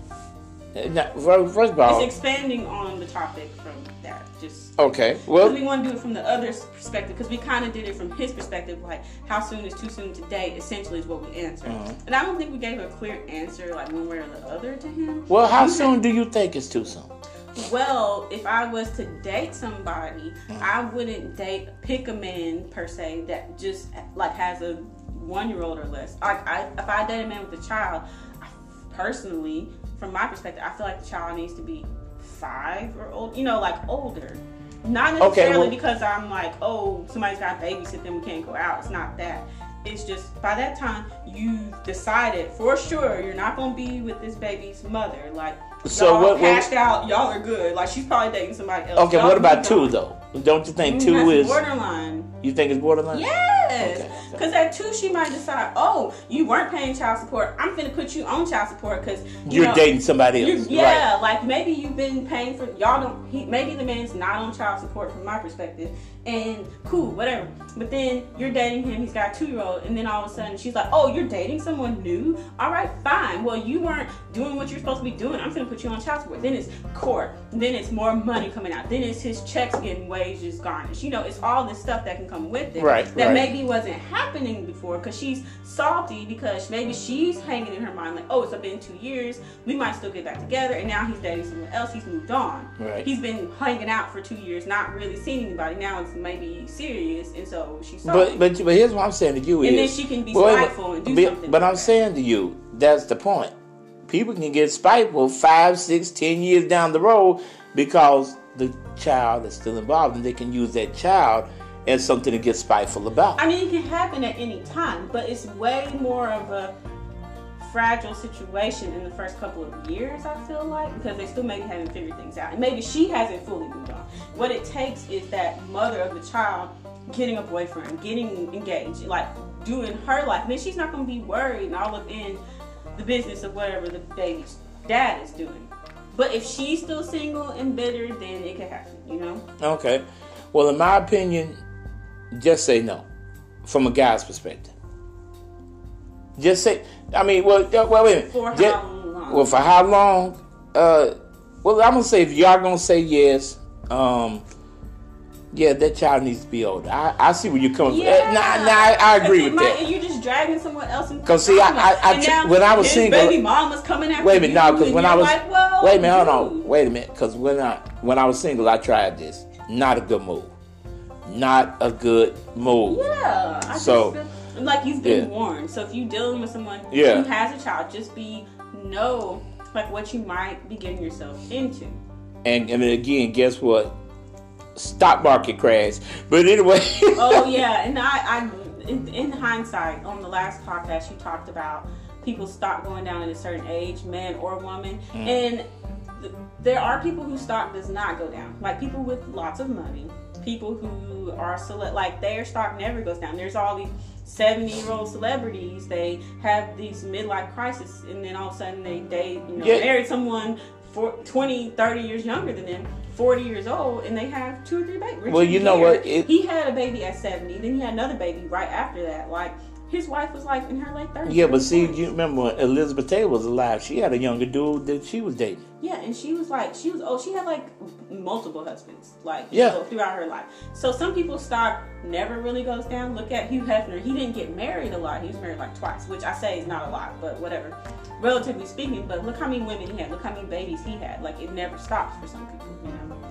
[SPEAKER 2] Uh, now, fir- first of all,
[SPEAKER 1] It's expanding on the topic from that, just
[SPEAKER 2] okay.
[SPEAKER 1] Because
[SPEAKER 2] Oh, Well,
[SPEAKER 1] we want to do it from the other's perspective, because we kind of did it from his perspective, like how soon is too soon today, essentially is what we answered.
[SPEAKER 2] Uh-huh.
[SPEAKER 1] And I don't think we gave a clear answer, like one way or the other, to him.
[SPEAKER 2] well, how soon do you think it's too soon?
[SPEAKER 1] Well, if I was to date somebody, I wouldn't date pick a man per se that just like has a one year old or less. Like I, if I date a man with a child, I, personally, from my perspective, I feel like the child needs to be five or old. You know, like older. Not necessarily
[SPEAKER 2] well-
[SPEAKER 1] because I'm like, oh, somebody's got to babysit, then we can't go out. It's not that. It's just by that time you decided for sure you're not gonna be with this baby's mother. Like
[SPEAKER 2] So
[SPEAKER 1] y'all
[SPEAKER 2] what- what-
[SPEAKER 1] hashed out, y'all are good. Like she's probably dating somebody else.
[SPEAKER 2] Okay,
[SPEAKER 1] Y'all
[SPEAKER 2] what about
[SPEAKER 1] moved
[SPEAKER 2] two
[SPEAKER 1] on.
[SPEAKER 2] though? Don't you think
[SPEAKER 1] Mm,
[SPEAKER 2] two
[SPEAKER 1] that's
[SPEAKER 2] is?
[SPEAKER 1] borderline.
[SPEAKER 2] You think it's borderline?
[SPEAKER 1] Yes,
[SPEAKER 2] Okay, okay.
[SPEAKER 1] because at two she might decide, oh, you weren't paying child support. I'm finna put you on child support because you
[SPEAKER 2] You're
[SPEAKER 1] know,
[SPEAKER 2] dating somebody
[SPEAKER 1] you-
[SPEAKER 2] else, right?
[SPEAKER 1] yeah, like maybe you've been paying for y'all don't. He, maybe the man's not on child support from my perspective, and cool, whatever. But then you're dating him. He's got a two year old, and then all of a sudden she's like, "Oh, you're dating someone new? All right, fine. Well, you weren't doing what you're supposed to be doing. I'm gonna put you on child support." Then it's court. Then it's more money coming out. Then it's his checks getting wages garnished. You know, it's all this stuff that can come with it
[SPEAKER 2] Right,
[SPEAKER 1] that
[SPEAKER 2] right.
[SPEAKER 1] maybe wasn't happening before because she's salty because maybe
[SPEAKER 2] Mm-hmm.
[SPEAKER 1] she's hanging in her mind like, oh, it's been two years. We might still get back together. And now he's dating someone else. He's moved on.
[SPEAKER 2] Right.
[SPEAKER 1] He's been hanging out for two years, not really seeing anybody. Now it's maybe serious. And so she's salty.
[SPEAKER 2] But but but here's what I'm saying to you
[SPEAKER 1] and then
[SPEAKER 2] is,
[SPEAKER 1] she can be
[SPEAKER 2] Well,
[SPEAKER 1] spiteful and do
[SPEAKER 2] but-
[SPEAKER 1] something.
[SPEAKER 2] But
[SPEAKER 1] like
[SPEAKER 2] I'm
[SPEAKER 1] that.
[SPEAKER 2] saying to you, that's the point. People can get spiteful five, six, ten years down the road because the child is still involved, and they can use that child as something to get spiteful about.
[SPEAKER 1] I mean, it can happen at any time, but it's way more of a fragile situation in the first couple of years, I feel like, because they still maybe haven't figured things out. And maybe she hasn't fully moved on. What it takes is that mother of the child getting a boyfriend, getting engaged, like doing her life. Then she's not going to be worried and all up in the business of whatever the baby's dad is doing. But if she's still single and bitter, then it could happen, you know?
[SPEAKER 2] Okay. Well, in my opinion, just say no from a guy's perspective. Just say, I mean, well, yeah, well wait a minute.
[SPEAKER 1] For
[SPEAKER 2] Ju-
[SPEAKER 1] how long?
[SPEAKER 2] Well, for how long? Uh, well, I'm going to say if y'all going to say yes, um, yeah, that child needs to be older. I, I see where you're coming
[SPEAKER 1] Yeah.
[SPEAKER 2] from. Eh, Uh, Nah, nah, I, I agree
[SPEAKER 1] Because it
[SPEAKER 2] with
[SPEAKER 1] might-
[SPEAKER 2] that.
[SPEAKER 1] You're just dragging someone else in.
[SPEAKER 2] 'Cause see, I- I- I
[SPEAKER 1] And
[SPEAKER 2] tr-
[SPEAKER 1] now
[SPEAKER 2] when I was
[SPEAKER 1] his
[SPEAKER 2] single-
[SPEAKER 1] baby mama's coming after
[SPEAKER 2] Wait a minute,
[SPEAKER 1] you,
[SPEAKER 2] no, because
[SPEAKER 1] and
[SPEAKER 2] when
[SPEAKER 1] you're
[SPEAKER 2] I was
[SPEAKER 1] like, well,
[SPEAKER 2] wait a minute, hold
[SPEAKER 1] dude.
[SPEAKER 2] on, wait a minute, because when I when I was single, I tried this. Not a good move. Not a good move.
[SPEAKER 1] Yeah, I
[SPEAKER 2] So-
[SPEAKER 1] just feel like you've been
[SPEAKER 2] Yeah.
[SPEAKER 1] warned. So if you're dealing with someone
[SPEAKER 2] Yeah.
[SPEAKER 1] who has a child, just be know like what you might be getting yourself into.
[SPEAKER 2] And, and then again, guess what? Stock market crash. But anyway,
[SPEAKER 1] oh yeah, and I, I in, in hindsight, on the last podcast, you talked about people stop going down at a certain age, man or woman,
[SPEAKER 2] Mm.
[SPEAKER 1] and th- there are people whose stock does not go down, like people with lots of money, people who are cele- like their stock never goes down. There's all these. 70 year old celebrities they have these midlife crises and then all of a sudden they they you know
[SPEAKER 2] Yeah.
[SPEAKER 1] married someone for 20 30 years younger than them 40 years old and they have two or three babies
[SPEAKER 2] Well, you know
[SPEAKER 1] Gere,
[SPEAKER 2] what, it-
[SPEAKER 1] he had a baby at 70, then he had another baby right after that. Like, his wife was like in her late 30s.
[SPEAKER 2] yeah, but see,
[SPEAKER 1] 40s.
[SPEAKER 2] you remember when Elizabeth Taylor was alive? She had a younger dude that she was dating.
[SPEAKER 1] Yeah, and she was like, she was, oh, she had like multiple husbands, like,
[SPEAKER 2] Yeah.
[SPEAKER 1] so throughout her life. So some people's stock never really goes down. Look at Hugh Hefner. He didn't get married a lot. He was married like twice, which I say is not a lot, but whatever. Relatively speaking, but look how many women he had. Look how many babies he had. Like, it never stops for some people, you know?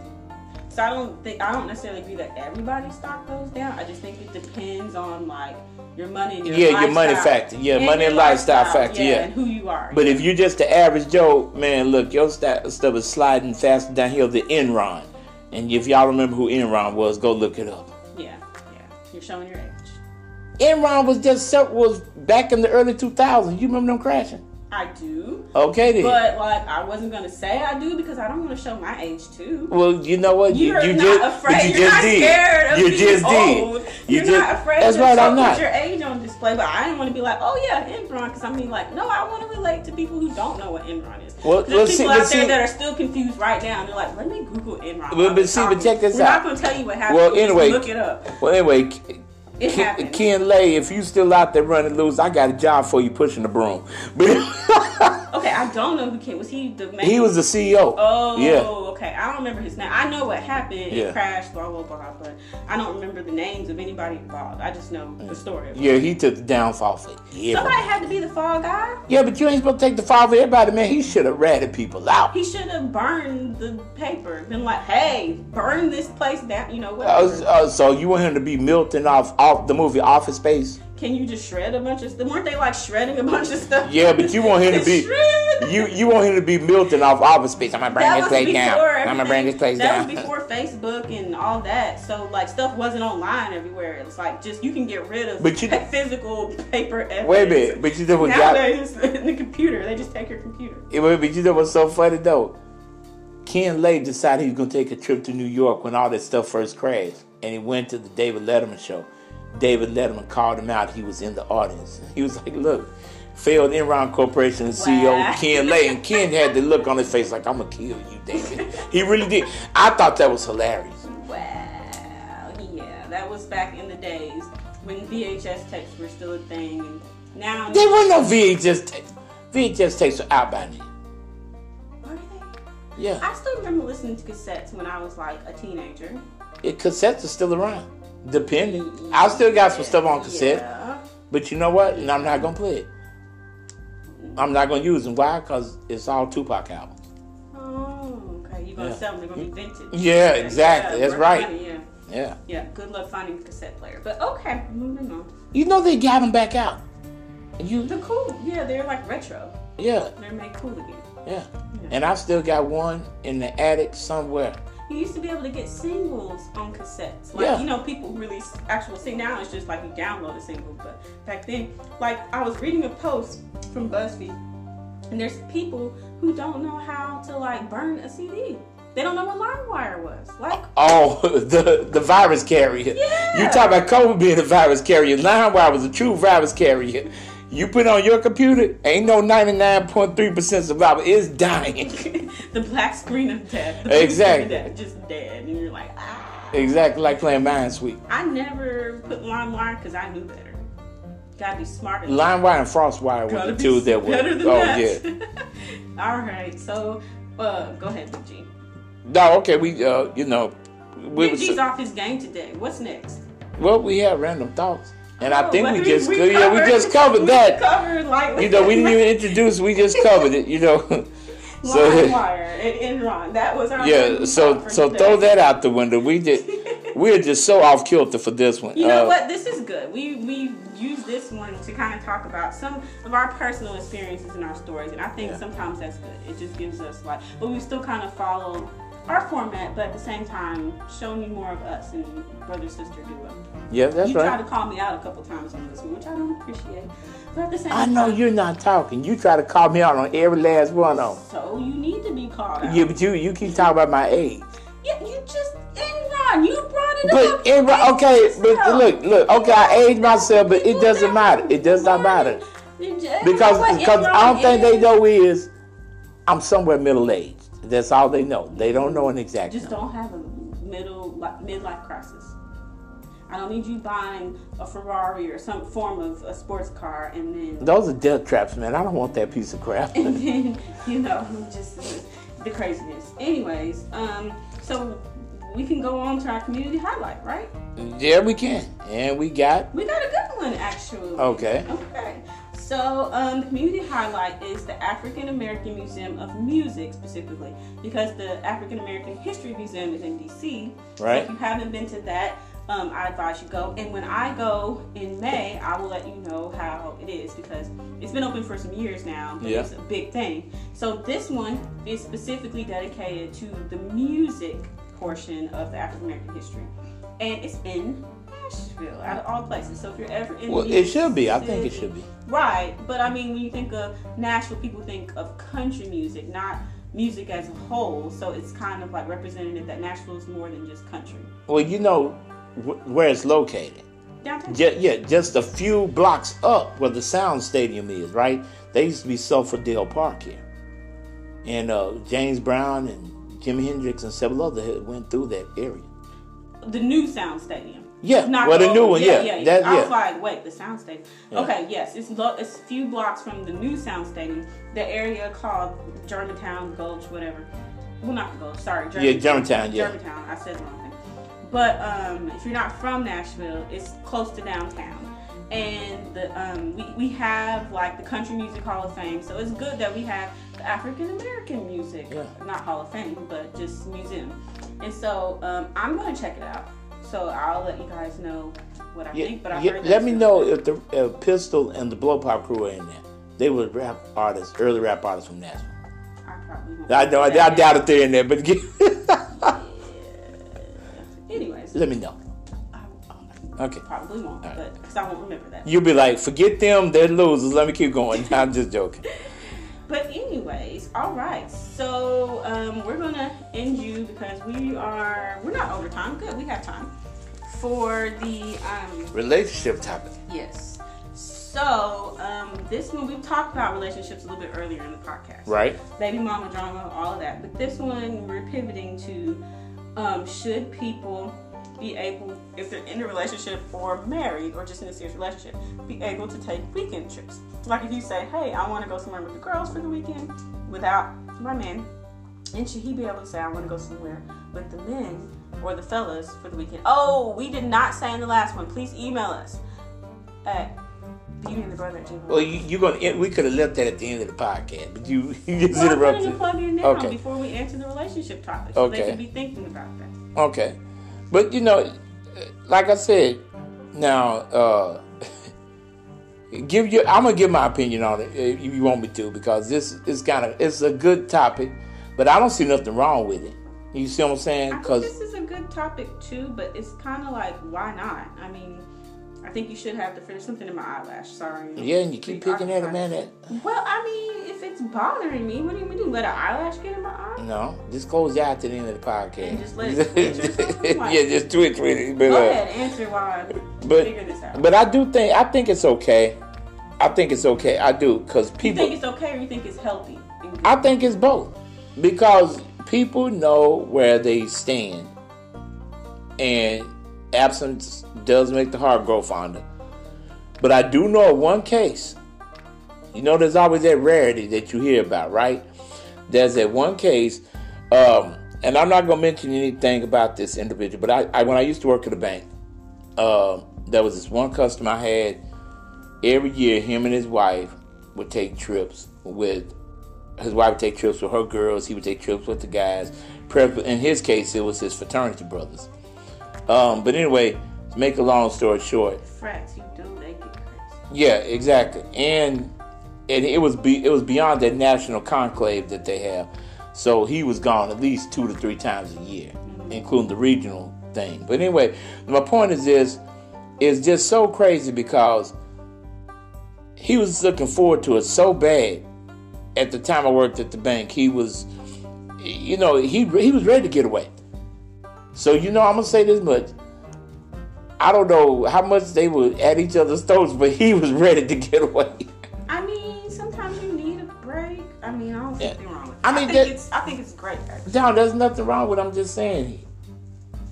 [SPEAKER 1] So I don't think I don't necessarily agree that everybody's stock goes down. I just think it depends on like your money and your
[SPEAKER 2] Yeah, your money
[SPEAKER 1] lifestyle.
[SPEAKER 2] factor. Yeah,
[SPEAKER 1] And
[SPEAKER 2] money
[SPEAKER 1] your
[SPEAKER 2] and lifestyle factor, yeah.
[SPEAKER 1] and who you are.
[SPEAKER 2] But if you're just the average Joe, man, look, your sta stuff is sliding faster downhill than Enron. And if y'all remember who Enron was, go look it up.
[SPEAKER 1] yeah, yeah, you're showing your age.
[SPEAKER 2] Enron was just se- was back in the early 2000s. You remember them crashing?
[SPEAKER 1] I do.
[SPEAKER 2] Okay then.
[SPEAKER 1] But like I wasn't gonna say I do because I don't want to show my age too.
[SPEAKER 2] well, you know what?
[SPEAKER 1] You're
[SPEAKER 2] you
[SPEAKER 1] not
[SPEAKER 2] did-
[SPEAKER 1] afraid.
[SPEAKER 2] You
[SPEAKER 1] You're
[SPEAKER 2] just
[SPEAKER 1] not
[SPEAKER 2] did.
[SPEAKER 1] scared of
[SPEAKER 2] you
[SPEAKER 1] being
[SPEAKER 2] just
[SPEAKER 1] old.
[SPEAKER 2] did. You
[SPEAKER 1] You're
[SPEAKER 2] just,
[SPEAKER 1] not afraid
[SPEAKER 2] That's
[SPEAKER 1] to
[SPEAKER 2] right.
[SPEAKER 1] show-
[SPEAKER 2] I'm not.
[SPEAKER 1] put your age on display, but I didn't want to be like, oh yeah, Enron, because I mean like, no, I want to relate to people who don't know what Enron is.
[SPEAKER 2] Well,
[SPEAKER 1] 'Cause there's
[SPEAKER 2] let's see-
[SPEAKER 1] people out
[SPEAKER 2] let's
[SPEAKER 1] there
[SPEAKER 2] see-
[SPEAKER 1] that are still confused right now, and they're like, let me Google Enron.
[SPEAKER 2] But-
[SPEAKER 1] while
[SPEAKER 2] but
[SPEAKER 1] we're
[SPEAKER 2] see, but
[SPEAKER 1] talking.
[SPEAKER 2] check this
[SPEAKER 1] We're not
[SPEAKER 2] out.
[SPEAKER 1] gonna tell you what happened.
[SPEAKER 2] Well,
[SPEAKER 1] Just
[SPEAKER 2] anyway-
[SPEAKER 1] look it up.
[SPEAKER 2] Well, anyway, K-
[SPEAKER 1] It
[SPEAKER 2] Ken,
[SPEAKER 1] happened.
[SPEAKER 2] Ken Lay, if you still out there running loose, I got a job for you pushing the broom. But
[SPEAKER 1] Okay, I don't know who Ken was. He the main
[SPEAKER 2] he was the CEO.
[SPEAKER 1] Oh,
[SPEAKER 2] yeah.
[SPEAKER 1] okay. I don't remember his name. I know what happened.
[SPEAKER 2] Yeah.
[SPEAKER 1] It crashed, blah, blah, blah. But I don't remember the names of anybody involved. I just know the story. of it.
[SPEAKER 2] Mm. Yeah, he took the downfall for yeah.
[SPEAKER 1] Somebody had to be the fall guy.
[SPEAKER 2] Yeah, but you ain't supposed to take the fall for everybody, man. He should have ratted people out.
[SPEAKER 1] He should have burned the paper. Been like, hey, burn this place down. You know,
[SPEAKER 2] Uh,
[SPEAKER 1] whatever.
[SPEAKER 2] uh, so you want him to be Milton off, off the movie Office Space?
[SPEAKER 1] Can you just shred a bunch of stuff? Weren't they like shredding a bunch of stuff?
[SPEAKER 2] Yeah, but you want him to be
[SPEAKER 1] Shred.
[SPEAKER 2] you you want him to be Milton off Office Space. I'm gonna bring
[SPEAKER 1] That
[SPEAKER 2] this
[SPEAKER 1] was
[SPEAKER 2] place
[SPEAKER 1] before
[SPEAKER 2] down.
[SPEAKER 1] everything.
[SPEAKER 2] I'm gonna bring this place
[SPEAKER 1] that
[SPEAKER 2] down.
[SPEAKER 1] was before Facebook and all that. So like stuff wasn't online everywhere. It was like just you can get rid of
[SPEAKER 2] But you-
[SPEAKER 1] physical paper. Evidence.
[SPEAKER 2] Wait a minute, but you know what got
[SPEAKER 1] Nowadays, in the computer, they just take your computer.
[SPEAKER 2] It would be, you know what's so funny though? Ken Lay decided he was gonna take a trip to New York when all that stuff first crashed, and he went to the David Letterman show. David Letterman called him out. He was in the audience. He was like, "Look, failed Enron Corporation CEO
[SPEAKER 1] Wow.
[SPEAKER 2] Ken Lay," and Ken had the look on his face like, "I'm gonna kill you, David." he really did. I thought that was hilarious.
[SPEAKER 1] Wow. Yeah, that was back in the days when VHS tapes were still a thing, and now
[SPEAKER 2] There wasn't no VHS tapes. VHS tapes are out by now.
[SPEAKER 1] Were they?
[SPEAKER 2] Yeah,
[SPEAKER 1] I still remember listening to cassettes when I was like a teenager.
[SPEAKER 2] Yeah, cassettes are still around. Depending, I still got some stuff on cassette.
[SPEAKER 1] Yeah.
[SPEAKER 2] But you know what? And I'm not gonna play it. I'm not gonna use them. Why? Cause it's all Tupac albums.
[SPEAKER 1] Oh, okay. You gonna
[SPEAKER 2] Yeah.
[SPEAKER 1] sell them? They're gonna be vintage.
[SPEAKER 2] Yeah, exactly. That's
[SPEAKER 1] worth
[SPEAKER 2] right.
[SPEAKER 1] money, Yeah.
[SPEAKER 2] Yeah.
[SPEAKER 1] Yeah, good luck finding a cassette player. But okay, moving on.
[SPEAKER 2] You know they got them back out. And You.
[SPEAKER 1] The cool, yeah, they're like retro.
[SPEAKER 2] Yeah.
[SPEAKER 1] They're made cool again.
[SPEAKER 2] Yeah. And I still got one in the attic somewhere.
[SPEAKER 1] You used to be able to get singles on cassettes. Like,
[SPEAKER 2] Yeah.
[SPEAKER 1] you know, people release actual sing Now it's just like you download a single. But back then, like, I was reading a post from BuzzFeed, and there's people who don't know how to, like, burn a CD. They don't know what LimeWire was. Like,
[SPEAKER 2] Oh, the the virus carrier.
[SPEAKER 1] Yeah.
[SPEAKER 2] You talk about COVID being a virus carrier. LimeWire was a true virus carrier. You put it on your computer, ain't no 99.3% survival. It's dying.
[SPEAKER 1] the black screen of death. The blue
[SPEAKER 2] Exactly.
[SPEAKER 1] screen of death, just dead. And you're like, ah.
[SPEAKER 2] exactly like playing Minesweep.
[SPEAKER 1] I never put LimeWire because I knew better. Gotta be smarter. than
[SPEAKER 2] LimeWire and FrostWire
[SPEAKER 1] Gotta
[SPEAKER 2] were the
[SPEAKER 1] be
[SPEAKER 2] two that were.
[SPEAKER 1] better than
[SPEAKER 2] oh yeah.
[SPEAKER 1] that. All right, so uh, go ahead, Big G.
[SPEAKER 2] No, okay, we uh, you know, we,
[SPEAKER 1] Big G's off his game today. What's next?
[SPEAKER 2] well, we had random thoughts, and I
[SPEAKER 1] Oh,
[SPEAKER 2] think
[SPEAKER 1] but
[SPEAKER 2] we just covered, yeah, we just
[SPEAKER 1] we
[SPEAKER 2] covered that.
[SPEAKER 1] Covered like
[SPEAKER 2] You know, we didn't even introduce, we just covered it. You know, so
[SPEAKER 1] wire and Enron. That was our
[SPEAKER 2] yeah,
[SPEAKER 1] random thought
[SPEAKER 2] so
[SPEAKER 1] for
[SPEAKER 2] so
[SPEAKER 1] today.
[SPEAKER 2] throw that out the window. We did, we're just so off kilter for this one.
[SPEAKER 1] You know
[SPEAKER 2] Uh,
[SPEAKER 1] what? This is good. We we use this one to kind of talk about some of our personal experiences and our stories, and I think
[SPEAKER 2] Yeah.
[SPEAKER 1] sometimes that's good. It just gives us like, but we still kind of follow our format, but at the same time, showing you more of us and brother sister do up.
[SPEAKER 2] Yeah, that's
[SPEAKER 1] you tried
[SPEAKER 2] right.
[SPEAKER 1] to call me out a couple times on this one, which I don't appreciate. But at the same
[SPEAKER 2] I know
[SPEAKER 1] time,
[SPEAKER 2] you're not talking. You try to call me out on every last one of them.
[SPEAKER 1] so you need to be called out.
[SPEAKER 2] Yeah, but you you keep talking about my age.
[SPEAKER 1] Yeah, you just Enron. You brought it up.
[SPEAKER 2] But it, okay, but
[SPEAKER 1] yourself.
[SPEAKER 2] look, look, okay, I age myself, but it
[SPEAKER 1] People
[SPEAKER 2] doesn't
[SPEAKER 1] know.
[SPEAKER 2] matter. It does not
[SPEAKER 1] Right.
[SPEAKER 2] matter.
[SPEAKER 1] You just-
[SPEAKER 2] because
[SPEAKER 1] what
[SPEAKER 2] because I don't
[SPEAKER 1] Enron
[SPEAKER 2] think they
[SPEAKER 1] is.
[SPEAKER 2] know is I'm somewhere middle aged. That's all they know. They don't know an exact.
[SPEAKER 1] just
[SPEAKER 2] number.
[SPEAKER 1] don't have a middle like, midlife crisis. I don't need you buying a Ferrari or some form of a sports car and then
[SPEAKER 2] Those are death traps, man. I don't want that piece of crap.
[SPEAKER 1] and then you know just the craziness. Anyways, um, so we can go on to our community highlight, right?
[SPEAKER 2] yeah, we can, and we got
[SPEAKER 1] We got a good one actually.
[SPEAKER 2] okay.
[SPEAKER 1] Okay. So, um, the community highlight is the African American Museum of Music specifically, because the African American History Museum is in DC.
[SPEAKER 2] Right.
[SPEAKER 1] So if you haven't been to that, um, I advise you go. And when I go in May, I will let you know how it is because it's been open for some years now. But
[SPEAKER 2] Yeah.
[SPEAKER 1] It's a big thing. So this one is specifically dedicated to the music portion of the African American history, and it's in Nashville. Nashville, out of all places. So if you're ever in,
[SPEAKER 2] Well,
[SPEAKER 1] the
[SPEAKER 2] it should be. I think it should be.
[SPEAKER 1] Right, but I mean, when you think of Nashville, people think of country music, not music as a whole. So it's kind of like representative that Nashville is more than just country.
[SPEAKER 2] Well, you know wh- where it's located.
[SPEAKER 1] Downtown.
[SPEAKER 2] Ju- yeah, just a few blocks up where the Sound Stadium is, right? They used to be Sulphurdale Park here. And uh, James Brown and Jimi Hendrix and several others had went through that area.
[SPEAKER 1] the new Sound Stadium.
[SPEAKER 2] Yeah,
[SPEAKER 1] Not
[SPEAKER 2] well, the
[SPEAKER 1] old-
[SPEAKER 2] new one, yeah.
[SPEAKER 1] yeah,
[SPEAKER 2] That-
[SPEAKER 1] I was
[SPEAKER 2] yeah.
[SPEAKER 1] like, wait, the Sound Stadium.
[SPEAKER 2] Yeah.
[SPEAKER 1] Okay, yes, it's lo- it's few blocks from the new Sound Stadium, the area called Germantown Gulch, whatever. Well, not Gulch, sorry, Germantown.
[SPEAKER 2] Germantown, yeah.
[SPEAKER 1] Germantown. I said the wrong thing. But um, if you're not from Nashville, it's close to downtown. And the, um, we, we have like the Country Music Hall of Fame, so it's good that we have the African American music,
[SPEAKER 2] Yeah.
[SPEAKER 1] not Hall of Fame, but just museum. And so um, I'm gonna check it out. So I'll let you guys know what I
[SPEAKER 2] Yeah,
[SPEAKER 1] think. But I
[SPEAKER 2] yeah,
[SPEAKER 1] heard
[SPEAKER 2] let
[SPEAKER 1] that's
[SPEAKER 2] me
[SPEAKER 1] good.
[SPEAKER 2] know if the uh, Pistol and the Blow Pop crew are in there. They were rap artists, early rap artists from Nashville.
[SPEAKER 1] I probably won't.
[SPEAKER 2] I know, I, I doubt if they're in there, but
[SPEAKER 1] Anyways,
[SPEAKER 2] let me know.
[SPEAKER 1] I I
[SPEAKER 2] Okay.
[SPEAKER 1] probably won't,
[SPEAKER 2] All right.
[SPEAKER 1] but because I won't remember that.
[SPEAKER 2] You'll be like, forget them, they're losers. Let me keep going. I'm just joking.
[SPEAKER 1] But anyways, all right. So um, we're gonna end you because we are we're not over time. Good, we have time for the um,
[SPEAKER 2] Relationship topic.
[SPEAKER 1] yes. So um, this one we've talked about relationships a little bit earlier in the podcast,
[SPEAKER 2] Right?
[SPEAKER 1] baby mama drama, all of that. But this one we're pivoting to um, should people be able, if they're in a relationship or married or just in a serious relationship, be able to take weekend trips? Like if you say, hey, I want to go somewhere with the girls for the weekend without my man, and should he be able to say, I want to go somewhere with the men or the fellas for the weekend? Oh, we did not say in the last one. Please email us at beautyandthebrother at gmail.
[SPEAKER 2] Well, you, you're gonna. We could have left that at the end of the podcast, but you, you just
[SPEAKER 1] Well, I'm putting
[SPEAKER 2] interrupted.
[SPEAKER 1] a plug in now
[SPEAKER 2] Okay.
[SPEAKER 1] before we answer the relationship topic, so they
[SPEAKER 2] Okay.
[SPEAKER 1] can be thinking about that.
[SPEAKER 2] Okay, but you know, like I said, now uh, give you. I'm gonna give my opinion on it if you want me to, because this is kind of it's a good topic, but I don't see nothing wrong with it. You see what I'm saying?
[SPEAKER 1] I think
[SPEAKER 2] Because
[SPEAKER 1] this is a good topic too, but it's kind of like, why not? I mean, I think you should have to finish something in my eyelash. Sorry.
[SPEAKER 2] yeah, and you keep picking at it, man. That
[SPEAKER 1] Well, I mean, if it's bothering me, what do you mean? Let an eyelash get in my eye?
[SPEAKER 2] no, just close your eye to the end of the podcast.
[SPEAKER 1] And just let it twitch or something? Like-
[SPEAKER 2] yeah, just twitch with it. But,
[SPEAKER 1] Go
[SPEAKER 2] uh,
[SPEAKER 1] ahead, answer why.
[SPEAKER 2] but
[SPEAKER 1] figure this out.
[SPEAKER 2] but I do think I think it's okay. I think it's okay. I do because
[SPEAKER 1] you
[SPEAKER 2] people.
[SPEAKER 1] think it's okay or you think it's healthy? And good?
[SPEAKER 2] I think it's both because people know where they stand, and absence does make the heart grow fonder. But I do know of one case. You know, there's always that rarity that you hear about, right? There's that one case, um, and I'm not gonna mention anything about this individual. But I, I when I used to work at a bank, um, there was this one customer I had. Every year, him and his wife would take trips with his wife would take trips with her girls. He would take trips with the guys. Prep- In his case, it was his fraternity brothers. Um, but anyway, to make a long story short,
[SPEAKER 1] Frats, you do, they get crazy.
[SPEAKER 2] yeah, exactly. And and it was be, it was beyond that national conclave that they have. So he was gone at least two to three times a year, including the regional thing. But anyway, my point is this: it's just so crazy because he was looking forward to it so bad. At the time I worked at the bank, he was, you know, he he was ready to get away. So you know, I'm gonna say this much: I don't know how much they were at each other's throats, but he was ready to get away.
[SPEAKER 1] I mean, sometimes you need a break. I mean, I don't see
[SPEAKER 2] Yeah.
[SPEAKER 1] anything wrong with it.
[SPEAKER 2] I mean,
[SPEAKER 1] think
[SPEAKER 2] that-
[SPEAKER 1] it's, I think it's great, actually.
[SPEAKER 2] No, there's nothing wrong with. It. I'm just saying,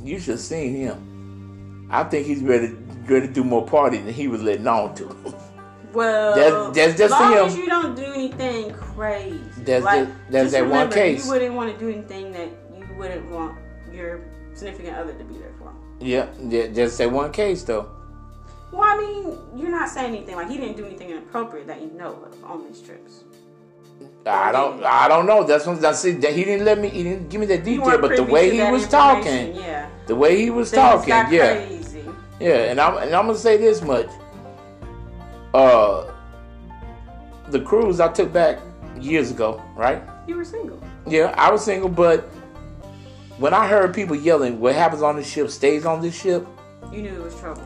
[SPEAKER 2] you should have seen him. I think he's ready, ready to do more partying than he was letting on to.
[SPEAKER 1] Well,
[SPEAKER 2] That's- that's
[SPEAKER 1] as
[SPEAKER 2] just um,
[SPEAKER 1] long
[SPEAKER 2] him.
[SPEAKER 1] as you don't do anything crazy.
[SPEAKER 2] That's
[SPEAKER 1] like,
[SPEAKER 2] the- that's
[SPEAKER 1] just
[SPEAKER 2] that one
[SPEAKER 1] remember,
[SPEAKER 2] case.
[SPEAKER 1] You wouldn't want to do anything that you wouldn't want your significant other to be there for.
[SPEAKER 2] yeah, yeah, just that one case though.
[SPEAKER 1] Well, I mean, you're not saying anything. Like he didn't do anything inappropriate that you know of on these trips.
[SPEAKER 2] I don't, I don't know. That's what that's it. That he didn't let me. He didn't give me that
[SPEAKER 1] You
[SPEAKER 2] detail,
[SPEAKER 1] weren't
[SPEAKER 2] but the
[SPEAKER 1] privy
[SPEAKER 2] way
[SPEAKER 1] to
[SPEAKER 2] he
[SPEAKER 1] that
[SPEAKER 2] was
[SPEAKER 1] information,
[SPEAKER 2] talking,
[SPEAKER 1] yeah,
[SPEAKER 2] the way he was
[SPEAKER 1] Things
[SPEAKER 2] talking,
[SPEAKER 1] got
[SPEAKER 2] yeah.
[SPEAKER 1] crazy.
[SPEAKER 2] Yeah, and I'm and I'm gonna say this much. Uh, the cruise I took back years ago, right?
[SPEAKER 1] You were single.
[SPEAKER 2] Yeah, I was single, but when I heard people yelling, "What happens on this ship stays on this ship,"
[SPEAKER 1] You knew it was trouble.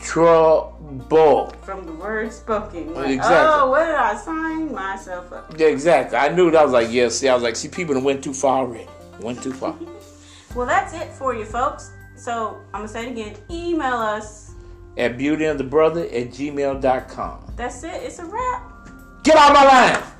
[SPEAKER 2] trouble.
[SPEAKER 1] From the words spoken. Like,
[SPEAKER 2] Exactly.
[SPEAKER 1] Oh, what did I sign myself up?
[SPEAKER 2] Yeah, exactly. I knew that. I was like, yeah, see, I was like, see, people done went too far already. Went too far.
[SPEAKER 1] Well, that's it for you, folks. So I'm gonna say it again. Email us.
[SPEAKER 2] At beautyandthebrother at gmail.com.
[SPEAKER 1] That's it. It's a wrap.
[SPEAKER 2] Get out of my line!